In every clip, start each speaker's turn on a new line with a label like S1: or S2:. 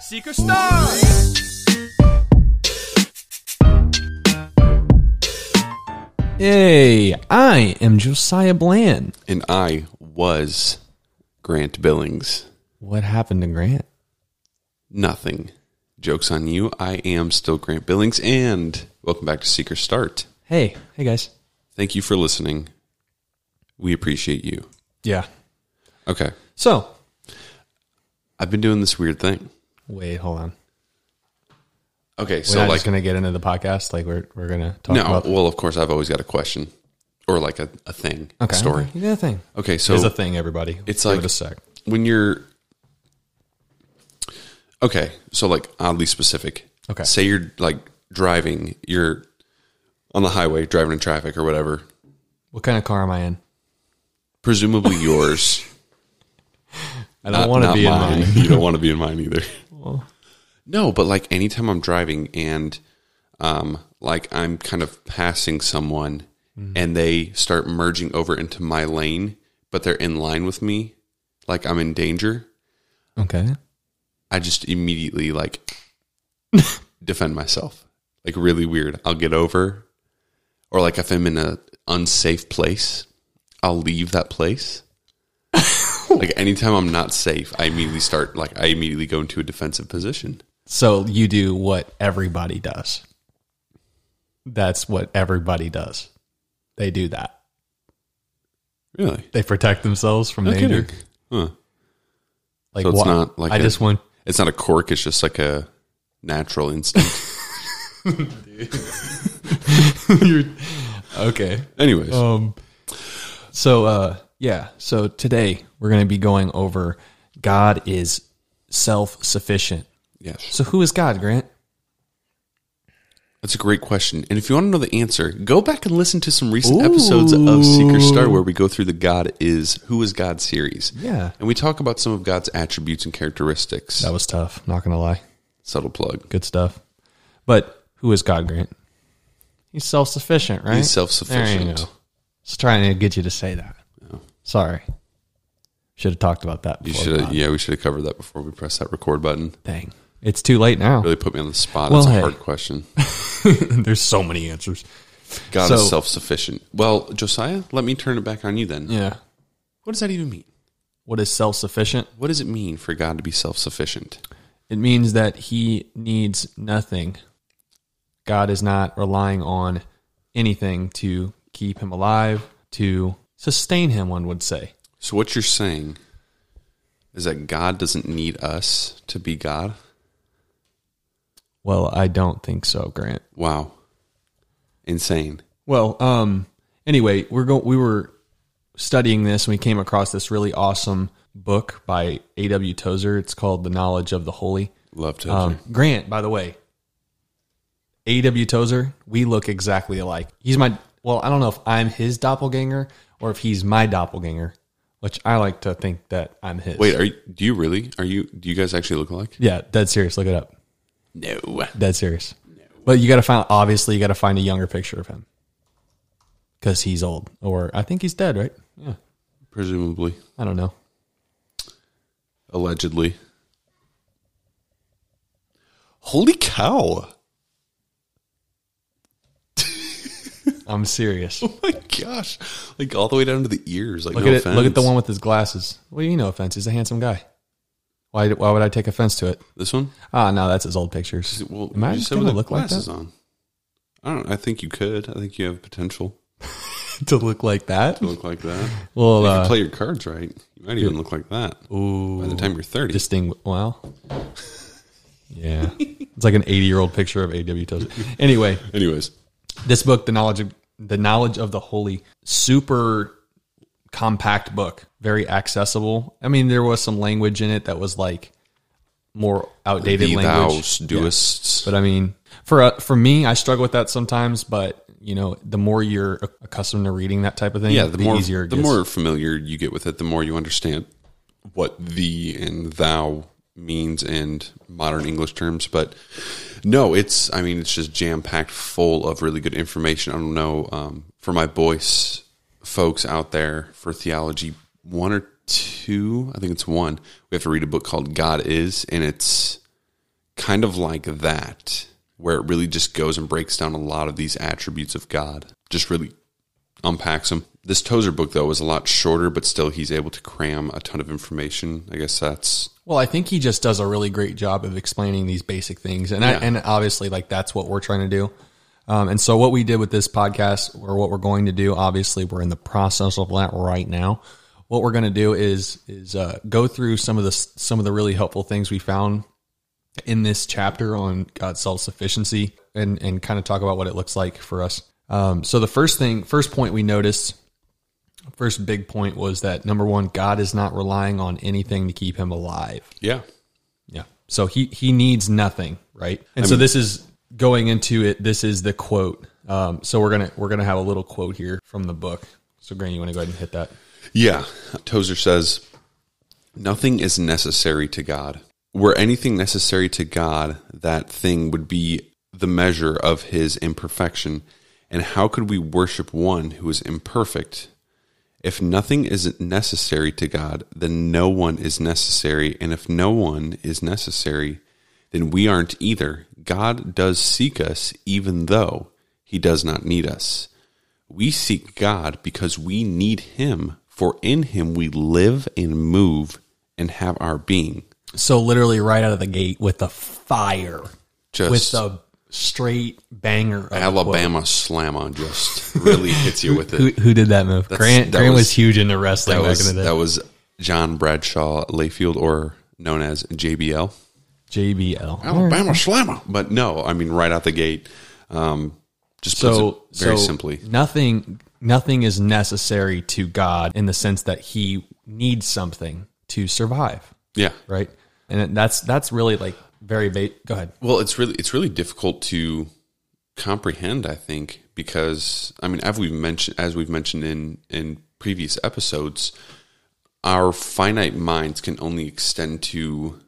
S1: Seeker Star!
S2: Hey, I am Josiah Bland.
S3: And I was Grant Billings.
S2: What happened to Grant?
S3: Nothing. Joke's on you. I am still Grant Billings. And welcome back to Seeker Start.
S2: Hey, hey guys.
S3: Thank you for listening. We appreciate you.
S2: Yeah.
S3: Okay.
S2: So,
S3: I've been doing this weird thing.
S2: wait, hold on.
S3: Okay.
S2: We're
S3: so,
S2: not
S3: like,
S2: just gonna get into the podcast. Like we're we're gonna talk
S3: no,
S2: about
S3: well, of course, I've always got a question or like a, a thing, a story.
S2: Okay. Yeah, thing.
S3: Okay. So,
S2: There's a thing, everybody.
S3: It's
S2: Give
S3: like-
S2: it a sec.
S3: when you're okay so like oddly specific
S2: Okay.
S3: say you're like driving you're on the highway driving in traffic or whatever
S2: What kind of car am I in?
S3: presumably yours
S2: I don't want to be in mine.
S3: you don't want to be in mine either no but like anytime i'm driving and um like i'm kind of passing someone
S2: Mm-hmm.
S3: and they start merging over into my lane but they're in line with me like i'm in danger
S2: Okay.
S3: I just immediately like defend myself. Like really weird. I'll get over or like if I'm in a unsafe place, I'll leave that place. like anytime I'm not safe, I immediately start like I immediately go into a defensive position.
S2: So you do what everybody does. That's what everybody does. They do that.
S3: Really?
S2: They protect themselves from danger.
S3: Huh.
S2: Like
S3: So it's
S2: wha-
S3: not like
S2: I
S3: a-
S2: just want
S3: It's not a quirk, it's just like a natural instinct.
S2: you're okay.
S3: Anyways.
S2: Um, so uh, yeah, so today we're going to be going over God is self-sufficient.
S3: yes.
S2: So who is God, Grant?
S3: That's a great question. And if you want to know the answer, go back and listen to some recent episodes of Seeker Star where we go through the God is Who is God series.
S2: Yeah.
S3: And we talk about some of God's attributes and characteristics.
S2: That was tough. Not going to lie,
S3: Subtle plug.
S2: good stuff. But who is God, Grant? He's self-sufficient, right?
S3: He's
S2: There you
S3: self-sufficient.
S2: go. Just trying to get you to say that. Sorry, should have talked about that.
S3: You
S2: Before
S3: should have yeah, we should have covered that before we press that record button.
S2: Dang, it's too late now.
S3: Really put me on the spot.
S2: Well,
S3: That's a
S2: hey.
S3: hard question.
S2: There's so many answers.
S3: God
S2: So-
S3: is self-sufficient. Well, Josiah, let me turn it back on you then.
S2: Yeah.
S3: What does that even mean?
S2: What is self-sufficient?
S3: What does it mean for God to be self-sufficient?
S2: It means that he needs nothing. God is not relying on anything to keep him alive, to sustain him, one would say.
S3: So what you're saying is that God doesn't need us to be God?
S2: Well, I don't think so, Grant.
S3: Wow. Insane.
S2: Well, um anyway, we're going we were studying this and we came across this really awesome book by A.W. Tozer. It's called The Knowledge of the Holy.
S3: Love to.
S2: Um, Grant, by the way, A.W. Tozer, we look exactly alike. He's my, well, I don't know if I'm his doppelganger or if he's my doppelganger, which I like to think that I'm his.
S3: Wait, are you, do you really? Are you? Do you guys actually look alike?
S2: Yeah, dead serious. Look it up.
S3: No.
S2: Dead serious. But you got to find, obviously, you got to find a younger picture of him because he's old or I think he's dead, right? Yeah.
S3: Presumably,
S2: I don't know.
S3: allegedly. Holy cow!
S2: I'm serious.
S3: Oh my gosh! Like all the way down to the ears. Like
S2: Look
S3: no
S2: at it. Look at the
S3: offense.
S2: one with his glasses. What do you know offense? He's a handsome guy. Why, why would I take offense to it?
S3: This one.
S2: Ah, no, that's his old pictures.
S3: Well,
S2: Am I
S3: you
S2: just
S3: said
S2: gonna
S3: with the
S2: look like
S3: glasses
S2: that?
S3: on. I don't. I think you could. I think you have potential
S2: to look like that?
S3: to look like that.
S2: Well,
S3: you
S2: uh,
S3: play your cards right. You might even look like that by the time you're thirty.
S2: distingu- well, yeah, it's like an eighty-year-old picture of A.W. Tozer. Anyway,
S3: Anyways,
S2: this book, the knowledge of the knowledge of the holy, super compact book, very accessible. I mean, there was some language in it that was like more outdated
S3: thee
S2: language.
S3: thou doest.
S2: But I mean, for uh, for me, I struggle with that sometimes. But you know, the more you're ac- accustomed to reading that type of thing,
S3: yeah, the, more
S2: easier it
S3: the
S2: gets.
S3: more familiar you get with it, the more you understand what "thee" and "thou" means in modern English terms. But no, it's I mean it's just jam packed full of really good information. I don't know um, for my boys folks out there for theology one or two. I think it's one. We have to read a book called "God Is," and it's kind of like that, where it really just goes and breaks down a lot of these attributes of God, just really unpacks them. This Tozer book, though, is a lot shorter, but still he's able to cram a ton of information. I guess that's
S2: Well, I think he just does a really great job of explaining these basic things, and I,
S3: Yeah.
S2: and obviously, like that's what we're trying to do. Um, and so, what we did with this podcast, or what we're going to do, obviously, we're in the process of that right now. What we're going to do is is uh, go through some of the s- some of the really helpful things we found in this chapter on God's self sufficiency, and and kind of talk about what it looks like for us. Um, so, the first thing, first point we noticed, first big point was that number one, God is not relying on anything to keep him alive.
S3: yeah,
S2: Yeah. So he he needs nothing, right? And so this is going into it. This is the quote. Um, so we're gonna we're gonna have a little quote here from the book. So Grant, you want to go ahead and hit that?
S3: Yeah. Tozer says, Nothing is necessary to God. Were anything necessary to God, that thing would be the measure of his imperfection. And how could we worship one who is imperfect? If nothing is necessary to God, then no one is necessary. And if no one is necessary, then we aren't either. God does seek us, even though he does not need us. We seek God because we need Him, for in Him we live and move and have our being.
S2: So literally right out of the gate with the fire, with
S3: Just
S2: the straight banger. Of
S3: Alabama slam on just really hits you with
S2: Who,
S3: it.
S2: who did that move? Grant
S3: that
S2: Grant was,
S3: was-
S2: huge into wrestling
S3: That
S2: back
S3: was,
S2: in the
S3: that
S2: day.
S3: was John Bradshaw Layfield, or known as JBL.
S2: JBL.
S3: Alabama slammer. But no, I mean, right out the gate, um, just puts
S2: so
S3: it very
S2: so
S3: simply.
S2: nothing nothing is necessary to God in the sense that He needs something to survive.
S3: Yeah.
S2: right? And that's that's really like very ba- go ahead.
S3: Well, it's really it's really difficult to comprehend, I think, because I mean, as we've mentioned as we've mentioned in in previous episodes, our finite minds can only extend to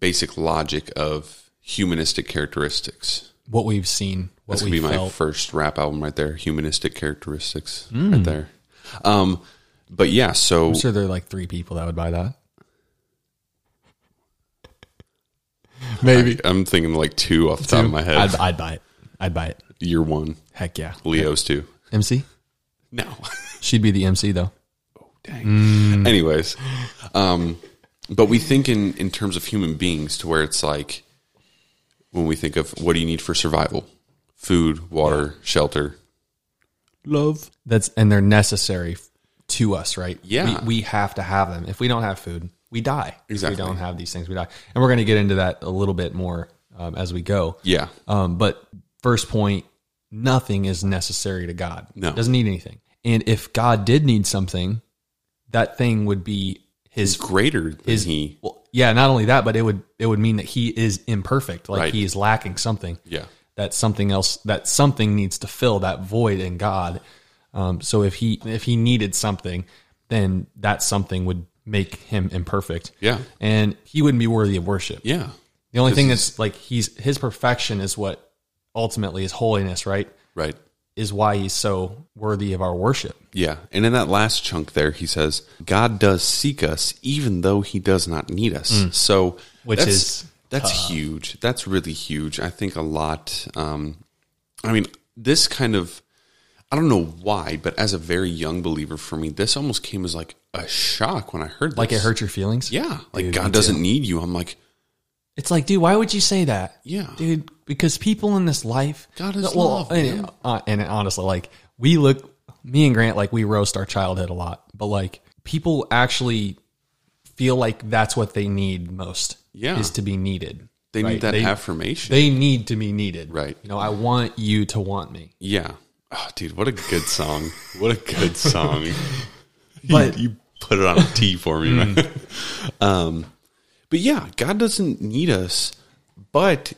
S3: basic logic of humanistic characteristics.
S2: What we've seen, what
S3: That's gonna
S2: we
S3: be my
S2: felt.
S3: first rap album right there. Humanistic characteristics right there. Um, but yeah, so
S2: Hmm. I'm sure there are like three people that would buy that. Maybe
S3: I'm thinking like two off the top of my head.
S2: I'd, I'd buy it. I'd buy it.
S3: Year one,
S2: Heck yeah.
S3: Leo's two.
S2: MC,
S3: No.
S2: she'd be the MC though.
S3: Dang. Anyways, um, but we think in in terms of human beings to where it's like when we think of what do you need for survival? Food, water, shelter.
S2: Love. That's and they're necessary f- to us, right?
S3: Yeah.
S2: we, we have to have them. If we don't have food, we die.
S3: Exactly.
S2: If we don't have these things, we die. And we're going to get into that a little bit more um, as we go.
S3: Yeah.
S2: Um, but first point, nothing is necessary to God.
S3: No.
S2: Doesn't need anything. And if God did need something, that thing would be his
S3: Greater than
S2: his
S3: he.
S2: well, yeah, not only that, but it would it would mean that he is imperfect. Like
S3: Right.
S2: he is lacking something.
S3: Yeah.
S2: That something else that something needs to fill that void in God. Um, so if he if he needed something, then that something would make him imperfect.
S3: Yeah.
S2: And he wouldn't be worthy of worship.
S3: Yeah.
S2: The only thing that's like he's his perfection is what ultimately is holiness, right?
S3: Right.
S2: Is why he's so worthy of our worship.
S3: Yeah. And in that last chunk there, he says, God does seek us even though he does not need us. So
S2: Mm. Which
S3: that's,
S2: is
S3: that's huge. That's really huge. I think a lot um I mean, this kind of I don't know why, but as a very young believer for me, this almost came as like a shock when I heard this.
S2: Like it hurt your feelings?
S3: Yeah. Like God doesn't need you. I'm like,
S2: It's like, dude, why would you say that?
S3: Yeah.
S2: Dude, because people in this life
S3: God is love,
S2: and, uh, and honestly, like we look me and Grant like we roast our childhood a lot, but like people actually feel like that's what they need most.
S3: Yeah.
S2: Is to be needed.
S3: they
S2: right?
S3: need that
S2: they,
S3: affirmation.
S2: they need to be needed.
S3: Right.
S2: You know, I want you to want me.
S3: yeah. Oh, dude, what a good song. what a good song.
S2: But
S3: you put it on a tee for me, man. um, but yeah, God doesn't need us, but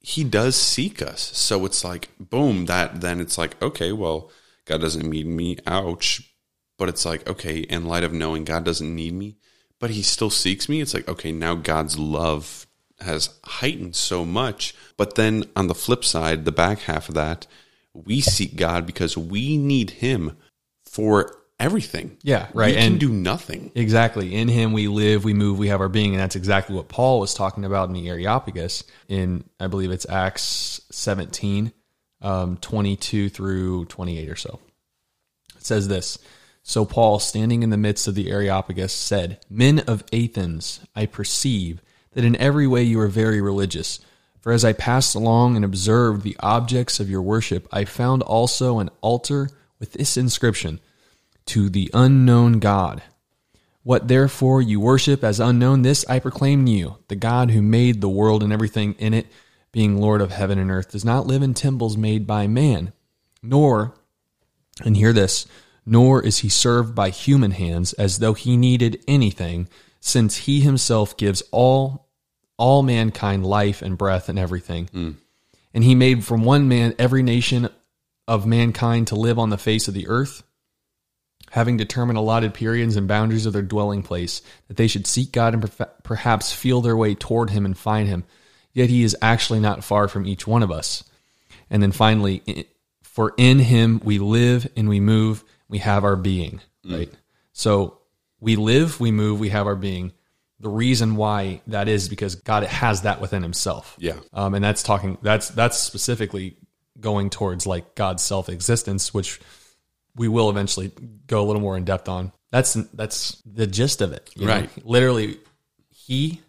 S3: He does seek us. So it's like, boom, that then it's like, okay, well, God doesn't need me. Ouch. But it's like, okay, in light of knowing God doesn't need me, but He still seeks me, it's like, okay, now God's love has heightened so much. But then on the flip side, the back half of that, we seek God because we need Him for everything.
S2: Yeah, right.
S3: We
S2: and
S3: can do nothing.
S2: Exactly. In him we live, we move, we have our being, and that's exactly what Paul was talking about in the Areopagus in I believe it's Acts 17, um, 22 through 28 or so. It says this. So Paul, standing in the midst of the Areopagus, said, Men of Athens, I perceive that in every way you are very religious. For as I passed along and observed the objects of your worship, I found also an altar with this inscription To the unknown God. What therefore you worship as unknown, this I proclaim to you. The God who made the world and everything in it, being Lord of heaven and earth, does not live in temples made by man, nor, and hear this, nor is he served by human hands as though he needed anything, since he himself gives all all mankind life and breath and everything. And he made from one man every nation of mankind to live on the face of the earth having determined allotted periods and boundaries of their dwelling place, that they should seek God and perf- perhaps feel their way toward Him and find Him. Yet He is actually not far from each one of us. And then finally, i- for in Him we live and we move, we have our being. Right. So we live, we move, we have our being. The reason why that is because God has that within Himself.
S3: Yeah.
S2: Um, and that's talking that's that's specifically going towards like God's self existence, which we will eventually go a little more in depth on. That's that's the gist of it, you know?
S3: Right.
S2: Literally, he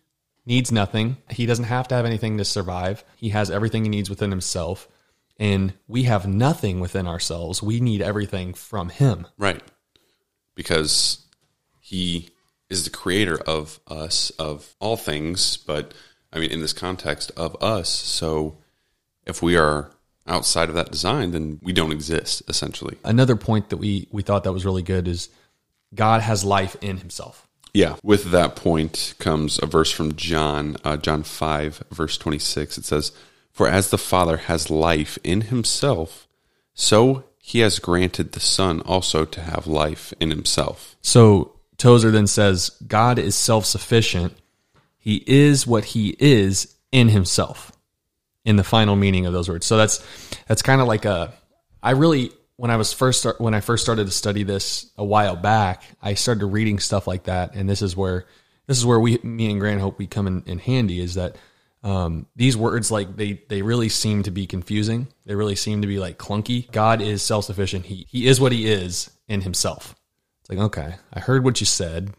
S2: needs nothing. He doesn't have to have anything to survive. He has everything he needs within himself, and we have nothing within ourselves. We need everything from him.
S3: Right. Because he is the creator of us, of all things, but I mean, in this context, of us. So if we are outside of that design, then we don't exist, essentially.
S2: Another point that we we thought that was really good is God has life in Himself.
S3: Yeah. With that point comes a verse from John, uh, John 5, verse 26. It says, For as the Father has life in himself, so he has granted the Son also to have life in himself.
S2: So Tozer then says, God is self sufficient. He is what he is in himself, in the final meaning of those words. So that's that's kind of like a. I really when I was first start, when I first started to study this a while back, I started reading stuff like that, and this is where this is where we, me and Grant hope we come in, in handy is that um, these words like they they really seem to be confusing. They really seem to be like clunky. God is self sufficient. He he is what he is in himself. It's like, okay, I heard what you said.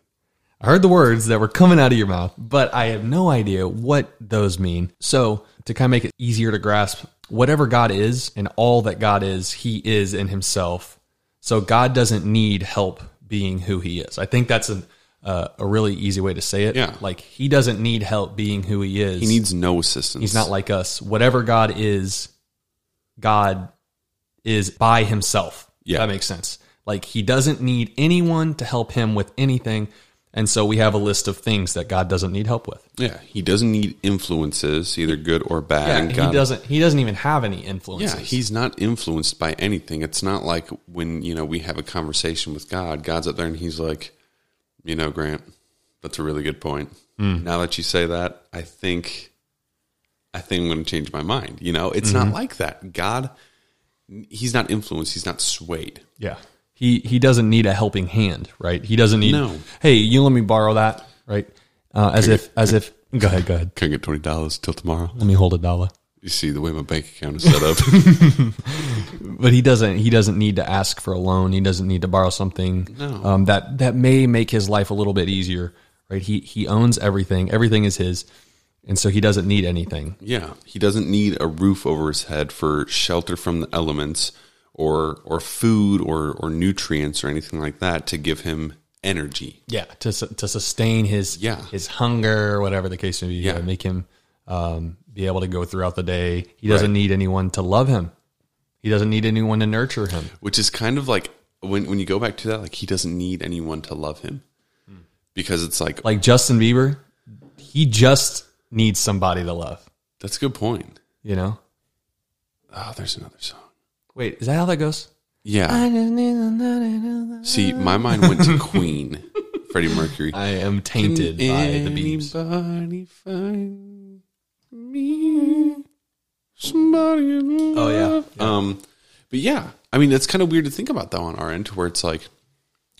S2: I heard the words that were coming out of your mouth, but I have no idea what those mean. So, to kind of make it easier to grasp, whatever God is and all that God is, He is in Himself. So, God doesn't need help being who He is. I think that's an, uh, a really easy way to say it.
S3: Yeah.
S2: Like, He doesn't need help being who He is.
S3: He needs no assistance.
S2: He's not like us. Whatever God is, God is by himself.
S3: Yeah.
S2: That makes sense. Like he doesn't need anyone to help him with anything. And so we have a list of things that God doesn't need help with.
S3: Yeah, he doesn't need influences, either good or bad.
S2: Yeah,
S3: and
S2: he
S3: God-
S2: doesn't he doesn't even have any
S3: Yeah,
S2: influences.
S3: he's not influenced by anything. It's not like when you know we have a conversation with God. God's up there and he's like, you know, Grant, that's a really good point.
S2: Hmm.
S3: Now that you say that, I think, I think I'm going to change my mind. You know, it's
S2: Mm-hmm.
S3: not like that. God, he's not influenced. He's not swayed.
S2: yeah. He he doesn't need a helping hand, right? He doesn't need
S3: No.
S2: Hey, you let me borrow that, right? Uh, as if as if go ahead, go ahead.
S3: Can I get twenty dollars till tomorrow?
S2: Let me hold a dollar.
S3: You see the way my bank account is set up.
S2: but he doesn't he doesn't need to ask for a loan he doesn't need to borrow something um, that that may make his life a little bit easier right he he owns everything everything is his and so he doesn't need anything
S3: Yeah, he doesn't need a roof over his head for shelter from the elements or or food or or nutrients or anything like that to give him energy.
S2: yeah to su- to sustain his
S3: Yeah.
S2: his hunger or whatever the case may be yeah. make him um, be able to go throughout the day he doesn't need anyone to love him he doesn't need anyone to nurture him
S3: Which is kind of like when when you go back to that like he doesn't need anyone to love him. Because it's like
S2: like Justin Bieber he just needs somebody to love
S3: that's a good point.
S2: you know
S3: Oh, there's another song.
S2: wait is that how that goes
S3: Yeah. See, my mind went to Queen, Freddie Mercury.
S2: I am tainted by the beeps.
S3: Anybody find me? Somebody in
S2: Oh yeah.
S3: Um, but yeah, I mean, it's kind of weird to think about though on our end, to where it's like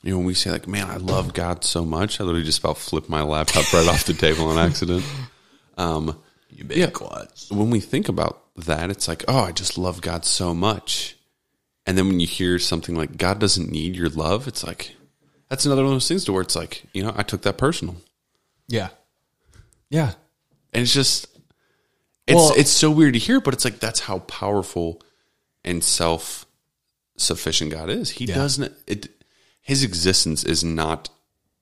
S3: You know, when we say like, "Man, I love God so much," I literally just about flipped my laptop right off the table on accident. Um,
S2: You big yeah. quads.
S3: when we think about that, it's like, oh, I just love God so much. And then when you hear something like God doesn't need your love, it's like that's another one of those things to where it's like, you know, I took that personal.
S2: Yeah. Yeah.
S3: And it's just it's
S2: Well-
S3: it's so weird to hear, but it's like that's how powerful and self sufficient God is. He doesn't it his existence is not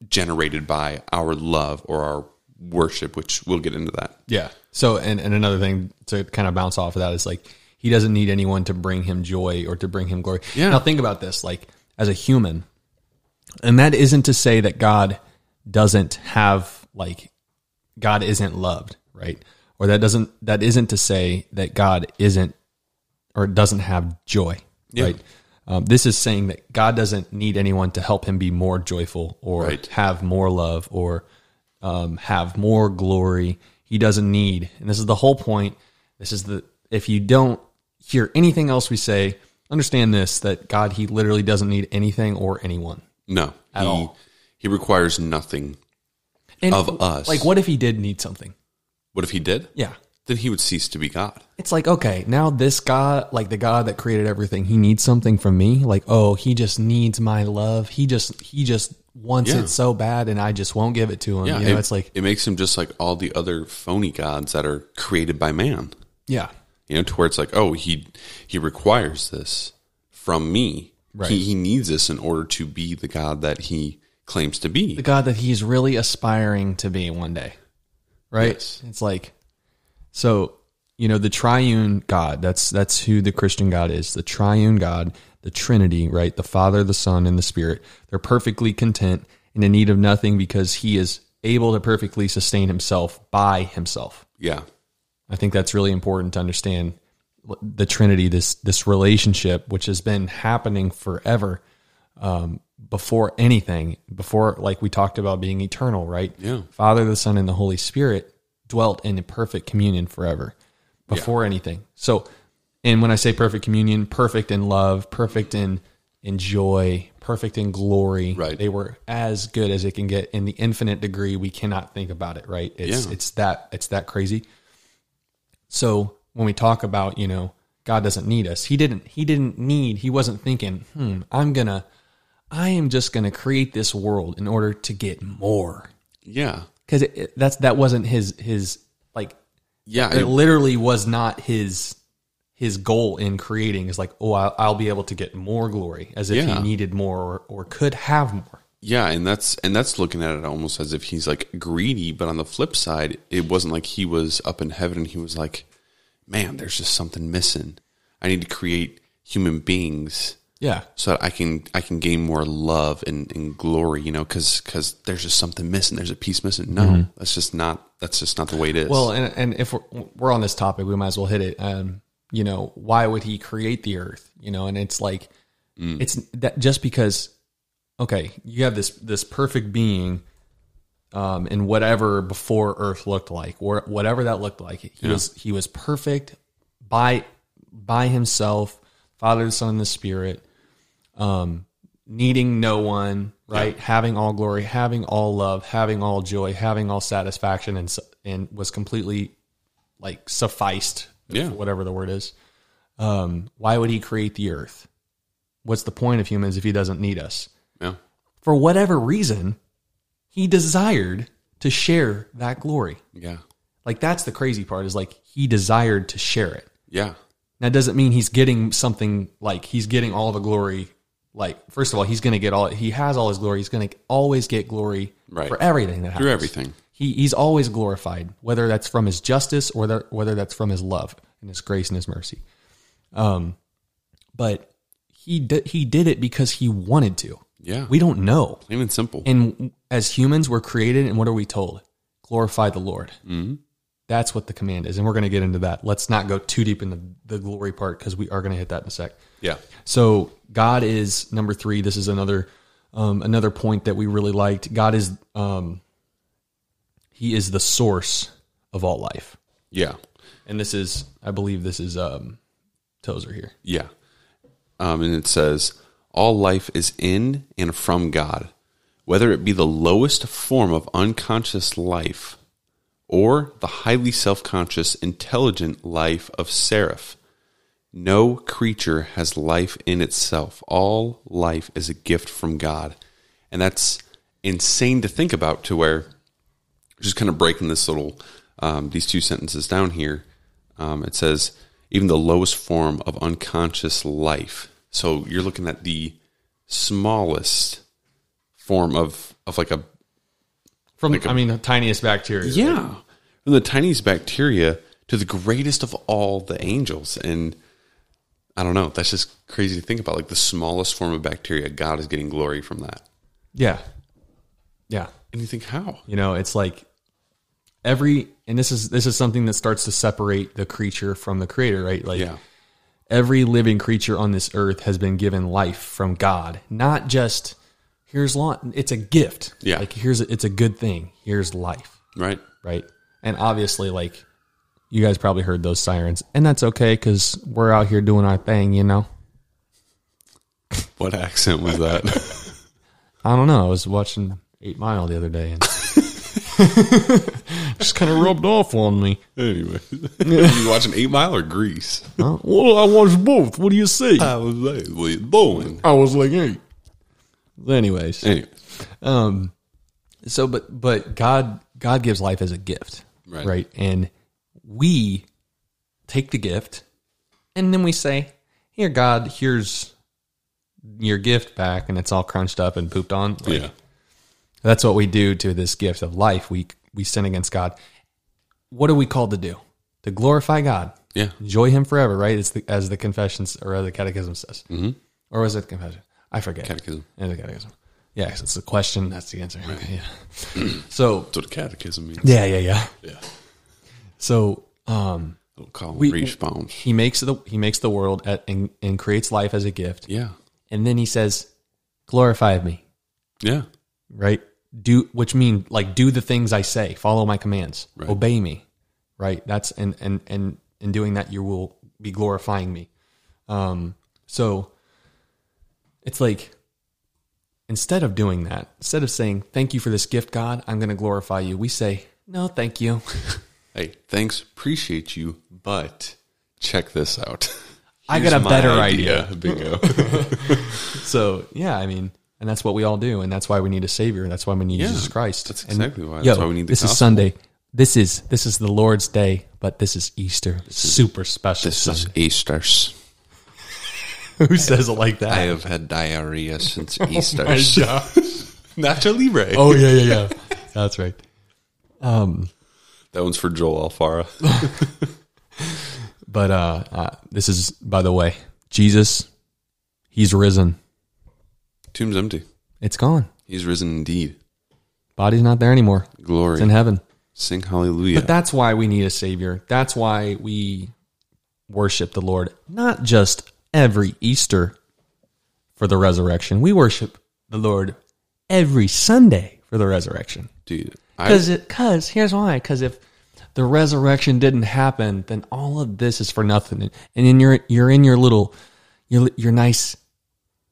S3: generated by our love or our worship, which we'll get into that.
S2: Yeah. So, and, and another thing to kind of bounce off of that is like, he doesn't need anyone to bring him joy or to bring him glory.
S3: Yeah.
S2: Now, think about this like, as a human, and that isn't to say that God doesn't have, like, God isn't loved, right? Or that doesn't, that isn't to say that God isn't or doesn't have joy, right? Um, this is saying that God doesn't need anyone to help him be more joyful or
S3: Right.
S2: have more love or um, have more glory. He doesn't need, and this is the whole point. This is the if you don't hear anything else we say, understand this that God he literally doesn't need anything or anyone.
S3: No. he
S2: all.
S3: he requires nothing.
S2: And
S3: Of us.
S2: like what if he did need something?
S3: What if he did?
S2: Yeah,
S3: then he would cease to be God.
S2: it's like okay, now this God, like the God that created everything, he needs something from me. Like oh, he just needs my love. He just he just wants
S3: Yeah.
S2: it so bad, and I just won't give it to him. you know,
S3: it,
S2: it's like
S3: it makes him just like all the other phony gods that are created by man.
S2: yeah,
S3: You know, to where it's like, oh, he he requires this from me.
S2: Right.
S3: He, he needs this in order to be the God that he claims to be.
S2: the God that he's really aspiring to be one day. Right?
S3: Yes.
S2: It's like so, you know, the triune God, that's that's who the Christian God is. The triune God, the Trinity, right? The Father, the Son, and the Spirit. They're perfectly content and in need of nothing because he is able to perfectly sustain himself by himself.
S3: Yeah,
S2: I think that's really important to understand the Trinity, this this relationship, which has been happening forever, um, before anything, before like we talked about being eternal, right?
S3: Yeah.
S2: Father, the Son, and the Holy Spirit dwelt in perfect communion forever, before anything. So, and when I say perfect communion, perfect in love, perfect in in joy, perfect in glory,
S3: Right.
S2: They were as good as it can get in the infinite degree we cannot think about it, right? It's
S3: Yeah.
S2: it's that it's that crazy. So when we talk about, you know, God doesn't need us, he didn't he didn't need, he wasn't thinking, hmm, I'm gonna I am just gonna create this world in order to get more.
S3: yeah,
S2: Because it, it- that's that wasn't his his like
S3: yeah.
S2: it
S3: I-
S2: literally was not his his goal in creating is like, oh, I'll, I'll be able to get more glory, as if
S3: Yeah.
S2: he needed more or, or could have more.
S3: Yeah, and that's and that's looking at it almost as if he's like greedy, but on the flip side, it wasn't like he was up in heaven and he was like, "Man, there's just something missing. I need to create human beings
S2: Yeah,
S3: so that I can I can gain more love and, and glory, you know, because there's just something missing. There's a piece missing. No, that's just not that's just not the way it is.
S2: Mm-hmm. Well, and, and if we're, we're on this topic, we might as well hit it. Um, you know, why would he create the earth? You know, and it's like, it's that just because, okay, you have this, this perfect being, um, in whatever before earth looked like, or whatever that looked like, he was, he was perfect by, by himself, father, the son, and the spirit, um, needing no one, right? Having all glory, having all love, having all joy, having all satisfaction, and s- and was completely like sufficed,
S3: Yeah.
S2: whatever the word is. Um, why would he create the earth? What's the point of humans if he doesn't need us?
S3: yeah,
S2: For whatever reason, he desired to share that glory.
S3: yeah,
S2: Like that's the crazy part is like he desired to share it.
S3: yeah,
S2: That doesn't mean he's getting something like he's getting all the glory. Like, first of all, he's going to get all, he has all his glory. He's going to always get glory
S3: Right.
S2: for everything that happens.
S3: through everything.
S2: He, he's always glorified, whether that's from his justice or that, whether that's from his love and his grace and his mercy. Um, but he, di- he did it because he wanted to.
S3: Yeah,
S2: We don't know.
S3: plain and simple.
S2: And as humans, we're created, and what are we told? Glorify the Lord. That's what the command is. And we're going to get into that. Let's not go too deep into the glory part because we are going to hit that in a sec.
S3: yeah,
S2: So God is number three. This is another um, another point that we really liked. God is um, He is the source of all life,
S3: yeah,
S2: and this is I believe this is um, Tozer here.
S3: yeah. Um, and it says All life is in and from God, whether it be the lowest form of unconscious life or the highly self conscious, intelligent life of seraph. No creature has life in itself. All life is a gift from God. And that's insane to think about, to where just kind of breaking this little, um, these two sentences down here. Um, it says, even the lowest form of unconscious life. So you're looking at the smallest form of, of like a
S2: From I mean the tiniest bacteria.
S3: yeah. From the tiniest bacteria to the greatest of all the angels. And I don't know. That's just crazy to think about. Like the smallest form of bacteria, God is getting glory from that.
S2: Yeah. Yeah.
S3: And you think, how?
S2: You know, it's like every and this is this is something that starts to separate the creature from the creator, right? Like
S3: Yeah.
S2: every living creature on this earth has been given life from God, not just here's lawn. It's a gift.
S3: Yeah.
S2: Like here's it's a good thing. Here's life,
S3: Right.
S2: right? And obviously, like you guys probably heard those sirens, and that's okay because we're out here doing our thing, you know.
S3: What accent was that?
S2: I don't know. I was watching Eight Mile the other day and just kind of rubbed off on me.
S3: anyway, you watching Eight Mile or Grease?
S2: Huh? Well, I watched both. What do you see?
S3: I was like, what you doing?
S2: I was like, hey. Anyways, um,
S3: Anyway,
S2: so but but god god gives life as a gift
S3: Right.
S2: right and we take the gift and then we say here god here's your gift back and it's all crunched up and pooped on Like,
S3: yeah,
S2: that's what we do to this gift of life we we sin against god what are we called to do to glorify god
S3: yeah,
S2: enjoy him forever right it's the, as the confessions or as the catechism says mm-hmm. or was it the confession i forget
S3: catechism.
S2: Yeah, the catechism yeah 'cause it's the question that's the answer yeah so
S3: That's what a catechism means.
S2: yeah, yeah, yeah.
S3: Yeah,
S2: So um,
S3: Little call
S2: We-
S3: and response.
S2: he makes the he makes the world at, and, and creates life as a gift,
S3: Yeah,
S2: and then he says, "Glorify me,"
S3: yeah,
S2: right? Do which mean like do the things I say, follow my commands, obey me, right? That's and and and in doing that, you will be glorifying me. Um, so it's like instead of doing that, instead of saying thank you for this gift, God, I'm going to glorify you, we say no, thank you.
S3: Hey, thanks, appreciate you, but check this out.
S2: I
S3: Here's
S2: got a
S3: my
S2: better idea.
S3: Bingo.
S2: So yeah, I mean, and that's what we all do, and that's why we need a savior, and that's why we need Jesus Christ.
S3: that's
S2: And,
S3: exactly why.
S2: yo,
S3: That's why we need the
S2: this is
S3: gospel.
S2: Sunday. This is this is the Lord's day, but this is Easter. Super special.
S3: This is Easter's.
S2: Who says it like
S3: I
S2: that?
S3: have had diarrhea since Easter's. Nacho Libre.
S2: oh yeah, yeah, yeah. that's right.
S3: That one's for Joel Alfara.
S2: But uh, uh this is by the way, Jesus, he's risen.
S3: Tomb's empty.
S2: It's gone.
S3: He's risen indeed.
S2: Body's not there anymore.
S3: Glory.
S2: It's in heaven.
S3: Sing hallelujah.
S2: But that's why we need a savior. That's why we worship the Lord, not just every Easter for the resurrection. We worship the Lord every Sunday for the resurrection.
S3: Dude, I,
S2: Because cause here's why. Because if the resurrection didn't happen, then all of this is for nothing. And in your you're in your little your your nice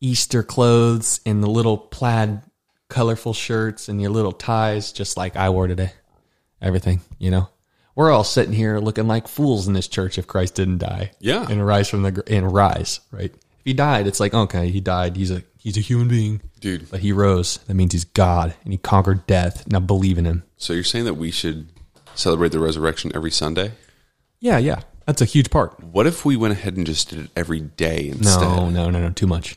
S2: Easter clothes and the little plaid colorful shirts and your little ties, just like I wore today. Everything, you know. We're all sitting here looking like fools in this church if Christ didn't die.
S3: Yeah.
S2: And rise from the gr- and rise, right? If he died, it's like, okay, he died. He's a he's a human being.
S3: dude.
S2: But he rose. That means he's God and he conquered death. Now believe in him.
S3: So you're saying that we should celebrate the resurrection every Sunday?
S2: Yeah, yeah. That's a huge part.
S3: What if we went ahead and just did it every day
S2: No,
S3: instead?
S2: no, no, no. Too much.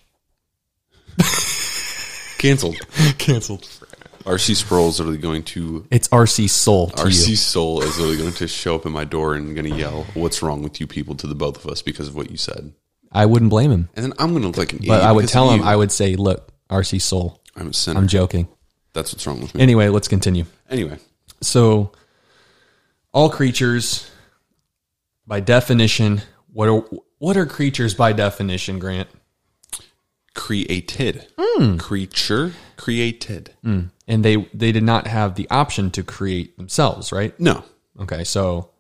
S3: Canceled.
S2: Canceled.
S3: RC Sproul's literally going to
S2: It's RC Soul to
S3: RC
S2: you.
S3: Soul is literally going to show up at my door and going to yell, "What's wrong with you people?" to the both of us because of what you said.
S2: I wouldn't blame him.
S3: And then I'm going to look like an
S2: But
S3: idiot
S2: I would
S3: because
S2: tell
S3: of
S2: him,
S3: you.
S2: I would say, look, RC Soul,
S3: I'm a sinner.
S2: I'm joking.
S3: That's what's wrong with me.
S2: Anyway, let's continue.
S3: Anyway,
S2: So, all creatures, by definition, what are what are creatures by definition, Grant?
S3: created
S2: Hmm.
S3: creature created.
S2: And they they did not have the option to create themselves, right?
S3: No,
S2: Okay, so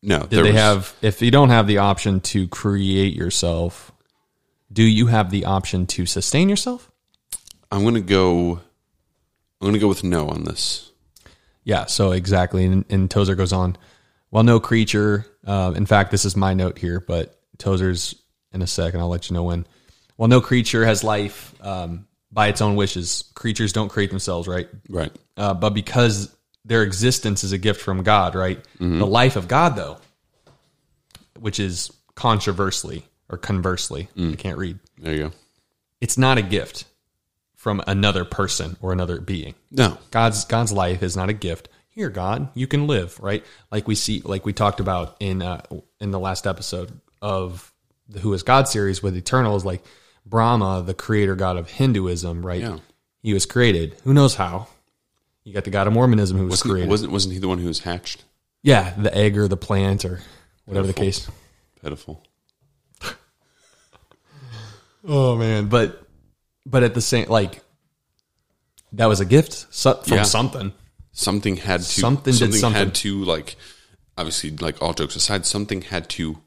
S3: no.
S2: Did they have? If you don't have the option to create yourself, do you have the option to sustain yourself?
S3: I'm gonna go. I'm gonna go with no on this.
S2: Yeah, so exactly. And, and Tozer goes on, well, no creature. Uh, in fact, this is my note here, but Tozer's in a second. I'll let you know when. Well, no creature has life um, by its own wishes. Creatures don't create themselves, right?
S3: Right.
S2: Uh, but because their existence is a gift from God, right? The life of God, though, which is controversially or conversely, I can't read.
S3: There you go.
S2: It's not a gift from another person or another being.
S3: No.
S2: God's God's life is not a gift. Here, God, you can live right, like we see, like we talked about in uh, in the last episode of the Who Is God series with Eternals, like Brahma, the creator god of Hinduism, right?
S3: Yeah.
S2: He was created. Who knows how? You got the god of Mormonism who was created.
S3: Wasn't wasn't he the one who was hatched?
S2: yeah, the egg or the plant or whatever the case.
S3: Pitiful.
S2: Oh man, but but at the same like that was a gift so- from
S3: Yeah.
S2: something.
S3: Something had to.
S2: Something did something.
S3: had to like. Obviously, like all jokes aside, something had to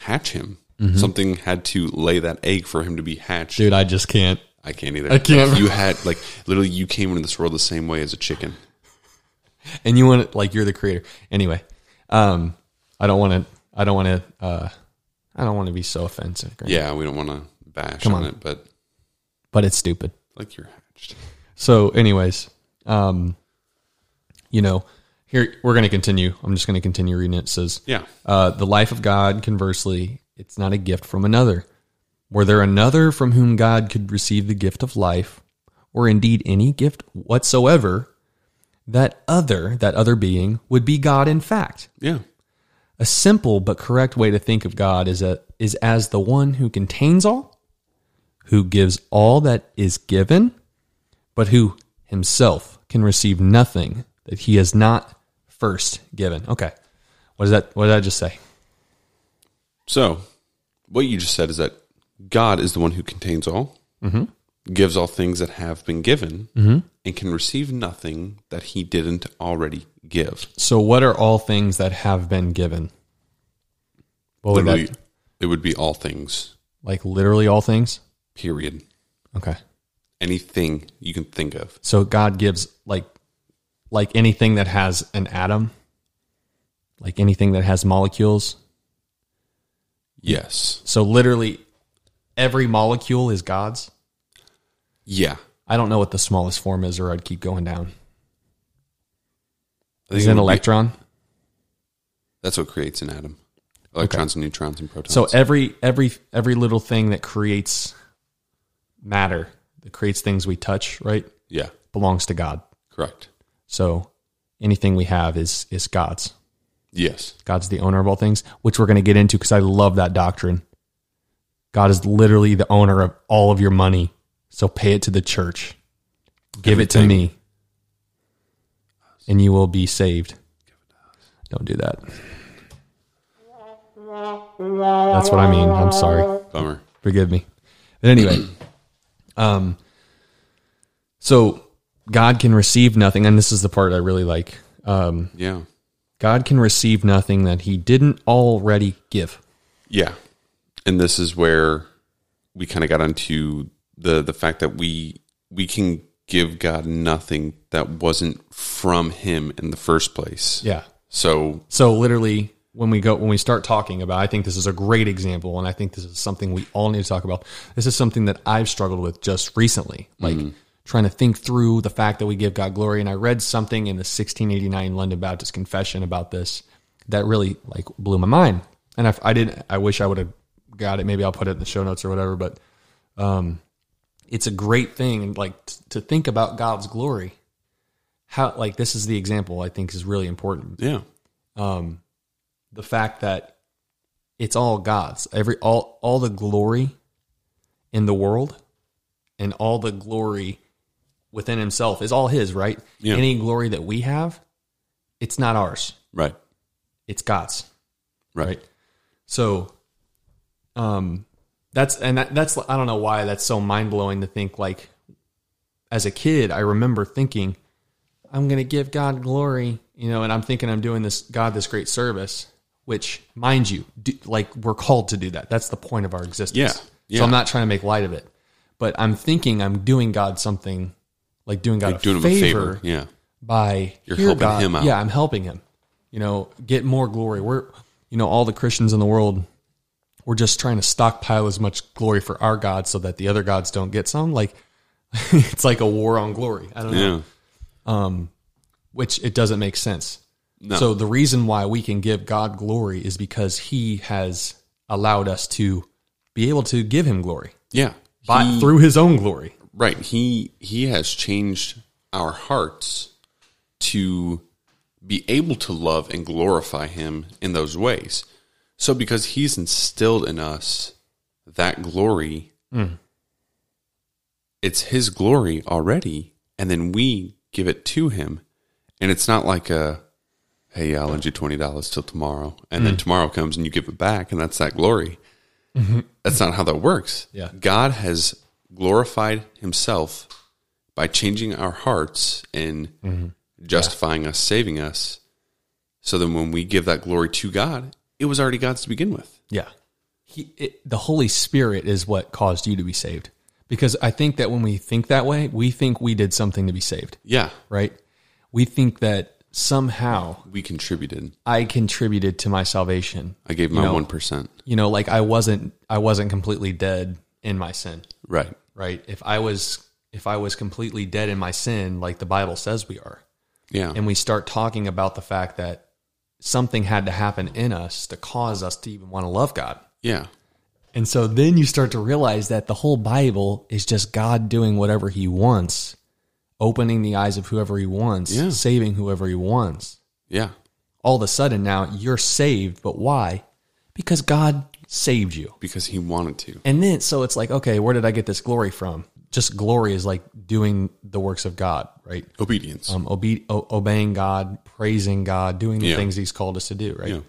S3: hatch him.
S2: Mm-hmm.
S3: Something had to lay that egg for him to be hatched.
S2: Dude, I just can't.
S3: I can't either.
S2: I can't.
S3: Like, you had like literally you came into this world the same way as a chicken.
S2: and you want to like you're the creator anyway um i don't want to i don't want to uh i don't want to be so offensive Grant,
S3: Yeah, we don't want to bash on it, but
S2: but it's stupid
S3: like you're hatched.
S2: so anyways um you know here we're going to continue i'm just going to continue reading it. it says
S3: Yeah.
S2: uh the life of god conversely it's not a gift from another were there another from whom god could receive the gift of life or indeed any gift whatsoever that other that other being would be god in fact
S3: Yeah.
S2: A simple but correct way to think of God is, a, is as the one who contains all, who gives all that is given, but who himself can receive nothing that he has not first given. Okay. What is that what did I just say?
S3: So, what you just said is that God is the one who contains all,
S2: Mm-hmm.
S3: gives all things that have been given, and can receive nothing that he didn't already give.
S2: So what are all things that have been given? What would
S3: Literally,
S2: that
S3: it would be all things,
S2: like literally all things?
S3: period.
S2: Okay.
S3: Anything you can think of.
S2: So God gives like like anything that has an atom, like anything that has molecules,
S3: Yes.
S2: So literally every molecule is God's.
S3: Yeah.
S2: I don't know what the smallest form is or I'd keep going down.
S3: I think
S2: Is
S3: it
S2: it an
S3: would be-
S2: electron?
S3: That's what creates an atom. Electrons and neutrons and protons.
S2: So every every every little thing that creates matter, that creates things we touch, right?
S3: yeah,
S2: Belongs to God.
S3: correct.
S2: So anything we have is is God's.
S3: Yes.
S2: God's the owner of all things, which we're going to get into because I love that doctrine. God is literally the owner of all of your money. So pay it to the church. Give it to
S3: Everything.
S2: me. And you will be saved. Don't do that. That's what I mean. I'm sorry.
S3: Bummer.
S2: Forgive me. But anyway, um, so God can receive nothing. And this is the part I really like. Um,
S3: Yeah.
S2: God can receive nothing that he didn't already give.
S3: Yeah. And this is where we kind of got into the the fact that we we can give God nothing that wasn't from him in the first place.
S2: Yeah.
S3: So,
S2: So literally when we go when we start talking about I think this is a great example and I think this is something we all need to talk about. This is something that I've struggled with just recently. Like trying to think through the fact that we give God glory and I read something in the 1689 London Baptist Confession about this that really like blew my mind. And I, I didn't I wish I would have got it. Maybe I'll put it in the show notes or whatever, but um it's a great thing and like t- to think about God's glory. How like this is the example I think is really important
S3: yeah.
S2: the fact that it's all God's. Every all all the glory in the world and all the glory within himself is all his, right?
S3: Yeah.
S2: Any glory that we have, it's not ours.
S3: Right.
S2: It's God's.
S3: Right.
S2: Right. So um that's and that, that's I don't know why that's so mind-blowing to think like as a kid I remember thinking I'm going to give God glory, you know, and I'm thinking I'm doing this God this great service, which mind you, do, like we're called to do that. That's the point of our existence.
S3: Yeah.
S2: So I'm
S3: Yeah.
S2: not trying to make light of it, but I'm thinking I'm doing God something, like doing God a,
S3: doing him
S2: favor
S3: a favor. Yeah.
S2: by
S3: You're
S2: hear
S3: helping
S2: God.
S3: him out.
S2: Yeah, I'm helping him. You know, get more glory. We're, you know, all the Christians in the world, we're just trying to stockpile as much glory for our God so that the other gods don't get some. Like, it's like a war on glory. I don't know
S3: Yeah.
S2: which it doesn't make sense.
S3: No.
S2: So the reason why we can give God glory is because he has allowed us to be able to give him glory
S3: Yeah.
S2: by, through his own glory.
S3: Right. He he has changed our hearts to be able to love and glorify him in those ways. So because he's instilled in us that glory, it's his glory already, and then we give it to him. And it's not like a hey, I'll lend you twenty dollars till tomorrow, and then tomorrow comes and you give it back, and that's that glory. That's not how that works.
S2: Yeah.
S3: God has glorified himself by changing our hearts and
S2: Mm-hmm.
S3: justifying us, saving us. So then when we give that glory to God, it was already God's to begin with.
S2: Yeah. He, it, the Holy Spirit is what caused you to be saved. Because I think that when we think that way, we think we did something to be saved,
S3: Yeah.
S2: right? We think that somehow
S3: We contributed.
S2: I contributed to my salvation.
S3: I gave my one percent.
S2: You know, like I wasn't I wasn't completely dead in my sin.
S3: Right.
S2: right if i was if i was completely dead in my sin like the bible says we are
S3: Yeah.
S2: and we start talking about the fact that something had to happen in us to cause us to even want to love god
S3: yeah.
S2: and so then you start to realize that the whole bible is just god doing whatever he wants opening the eyes of whoever he wants
S3: Yeah.
S2: saving whoever he wants
S3: Yeah.
S2: all of a sudden now you're saved but why because god saved you
S3: Because he wanted to.
S2: and then, so it's like, okay, where did I get this glory from? Just glory is like doing the works of God, right?
S3: Obedience.
S2: Um, obe- o- obeying God, praising God, doing the
S3: Yeah.
S2: things He's called us to do, right?
S3: yeah.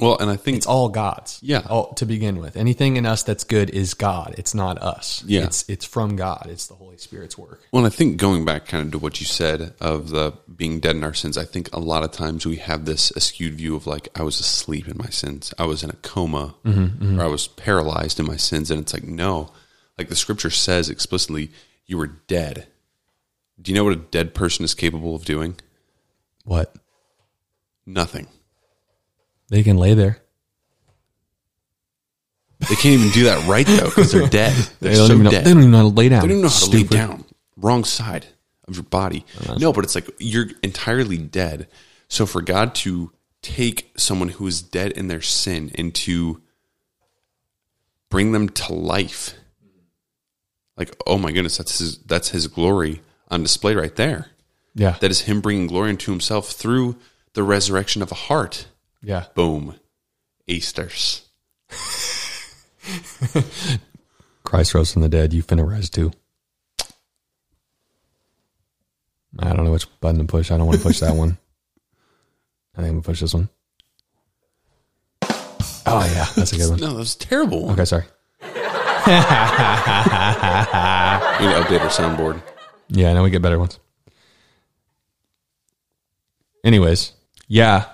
S3: Well, and I think
S2: It's all God's,
S3: Yeah.
S2: All, to begin with, anything in us that's good is God. It's not us.
S3: Yeah.
S2: It's it's from God. It's the Holy Spirit's work.
S3: Well, I think going back kind of to what you said of the being dead in our sins, I think a lot of times we have this skewed view of like I was asleep in my sins, I was in a coma,
S2: Mm-hmm,
S3: or I was paralyzed in my sins, and it's like no, like the scripture says explicitly, you were dead. Do you know what a dead person is capable of doing?
S2: What
S3: Nothing.
S2: they can lay there.
S3: They can't even do that right though because they're dead. They're
S2: They don't,
S3: so
S2: even know,
S3: dead.
S2: they don't even know how to lay down.
S3: I don't even know how to
S2: Stupid.
S3: lay down. Wrong side of your body. No, but it's like you're entirely dead. So for God to take someone who is dead in their sin and to bring them to life, like oh my goodness, that's his that's his glory on display right there.
S2: Yeah,
S3: That is him bringing glory unto himself through the resurrection of a heart.
S2: yeah.
S3: Boom, Easter's.
S2: Christ rose from the dead. You finna rise too. I don't know which button to push. I don't want to push that one. I think I'm gonna push this one. Oh yeah, that's a good one.
S3: No, that was a terrible. One.
S2: Okay, sorry.
S3: We need to update our soundboard.
S2: Yeah, now we get better ones. Anyways, yeah.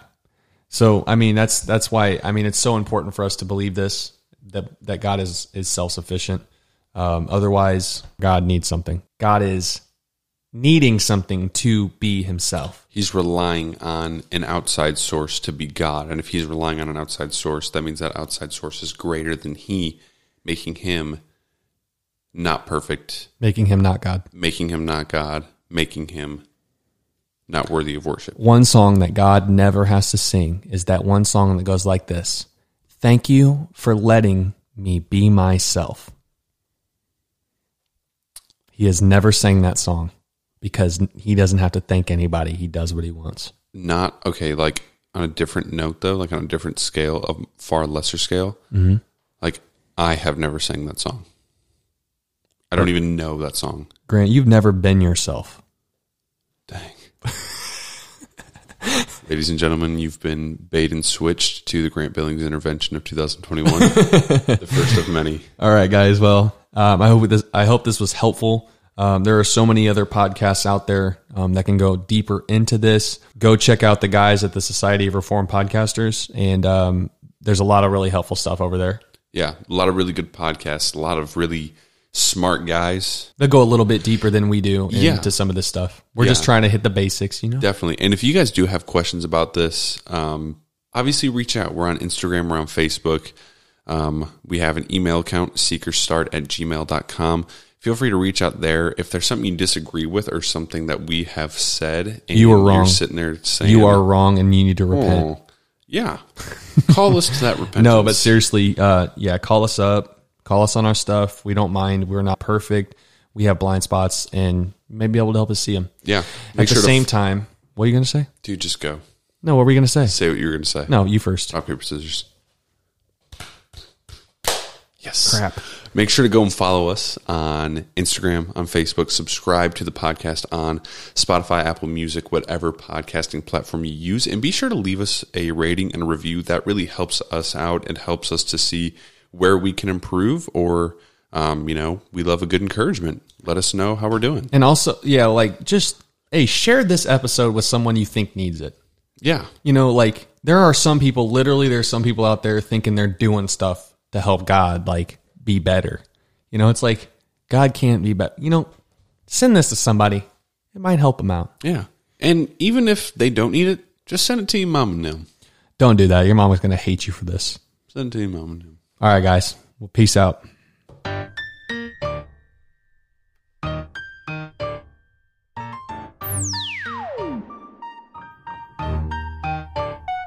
S2: So I mean, that's that's why I mean it's so important for us to believe this that that God is is self sufficient. Um, otherwise, God needs something. God is needing something to be Himself.
S3: he's relying on an outside source to be God. And if he's relying on an outside source, that means that outside source is greater than he, making him not perfect,
S2: making him not God.
S3: making him not God, making him not worthy of worship.
S2: One song that God never has to sing is that one song that goes like this Thank you for letting me be myself. He has never sang that song because he doesn't have to thank anybody. He does what he wants.
S3: Not, okay, like on a different note though, like on a different scale, a far lesser scale, like I have never sang that song. I don't even know that song.
S2: Grant, you've never been yourself.
S3: Dang. Ladies and gentlemen, you've been bait and switched to the Grant Billings intervention of 2021, the first of many.
S2: All right, guys. Well, um, I hope this. I hope this was helpful. Um, there are so many other podcasts out there um, that can go deeper into this. Go check out the guys at the Society of Reformed Podcasters, and um, there's a lot of really helpful stuff over there.
S3: Yeah, a lot of really good podcasts, a lot of really smart guys.
S2: They'll go a little bit deeper than we do
S3: Yeah.
S2: into some of this stuff. We're just
S3: Yeah.
S2: trying to hit the basics, you know?
S3: Definitely. And if you guys do have questions about this, um, obviously reach out. We're on Instagram, we're on Facebook. Um, we have an email account, seekerstart at gmail.com. Feel free to reach out there. If there's something you disagree with or something that we have said and
S2: You were
S3: You're
S2: wrong.
S3: sitting there saying
S2: You are wrong and you need to repent.
S3: "Oh, yeah. Call us to that repentance.
S2: No, but seriously, uh, yeah, call us up. Call us on our stuff. We don't mind. We're not perfect. We have blind spots and may be able to help us see them.
S3: yeah.
S2: At the
S3: to
S2: same time, what are you going to say?
S3: Dude, just go.
S2: No, what were you going to say?
S3: Say what you were going to say.
S2: No, you first.
S3: Rock, paper, scissors. Yes.
S2: Crap.
S3: Make sure to go and follow us on Instagram, on Facebook. Subscribe to the podcast on Spotify, Apple Music, whatever podcasting platform you use. And be sure to leave us a rating and a review. That really helps us out and helps us to see where we can improve or, um, you know, we love a good encouragement. Let us know how we're doing.
S2: And also, yeah, like just, hey, share this episode with someone you think needs it.
S3: Yeah.
S2: you know, like there are some people, literally, there's some people out there thinking they're doing stuff to help God, like be better. You know, it's like God can't be better. You know, send this to somebody, it might help them out.
S3: Yeah. And even if they don't need it, just send it to your mom and them.
S2: Don't do that. Your mom is going to hate you for this.
S3: Send it to your mom and them.
S2: All right, guys. Well, peace out.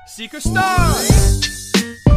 S2: Secret Star!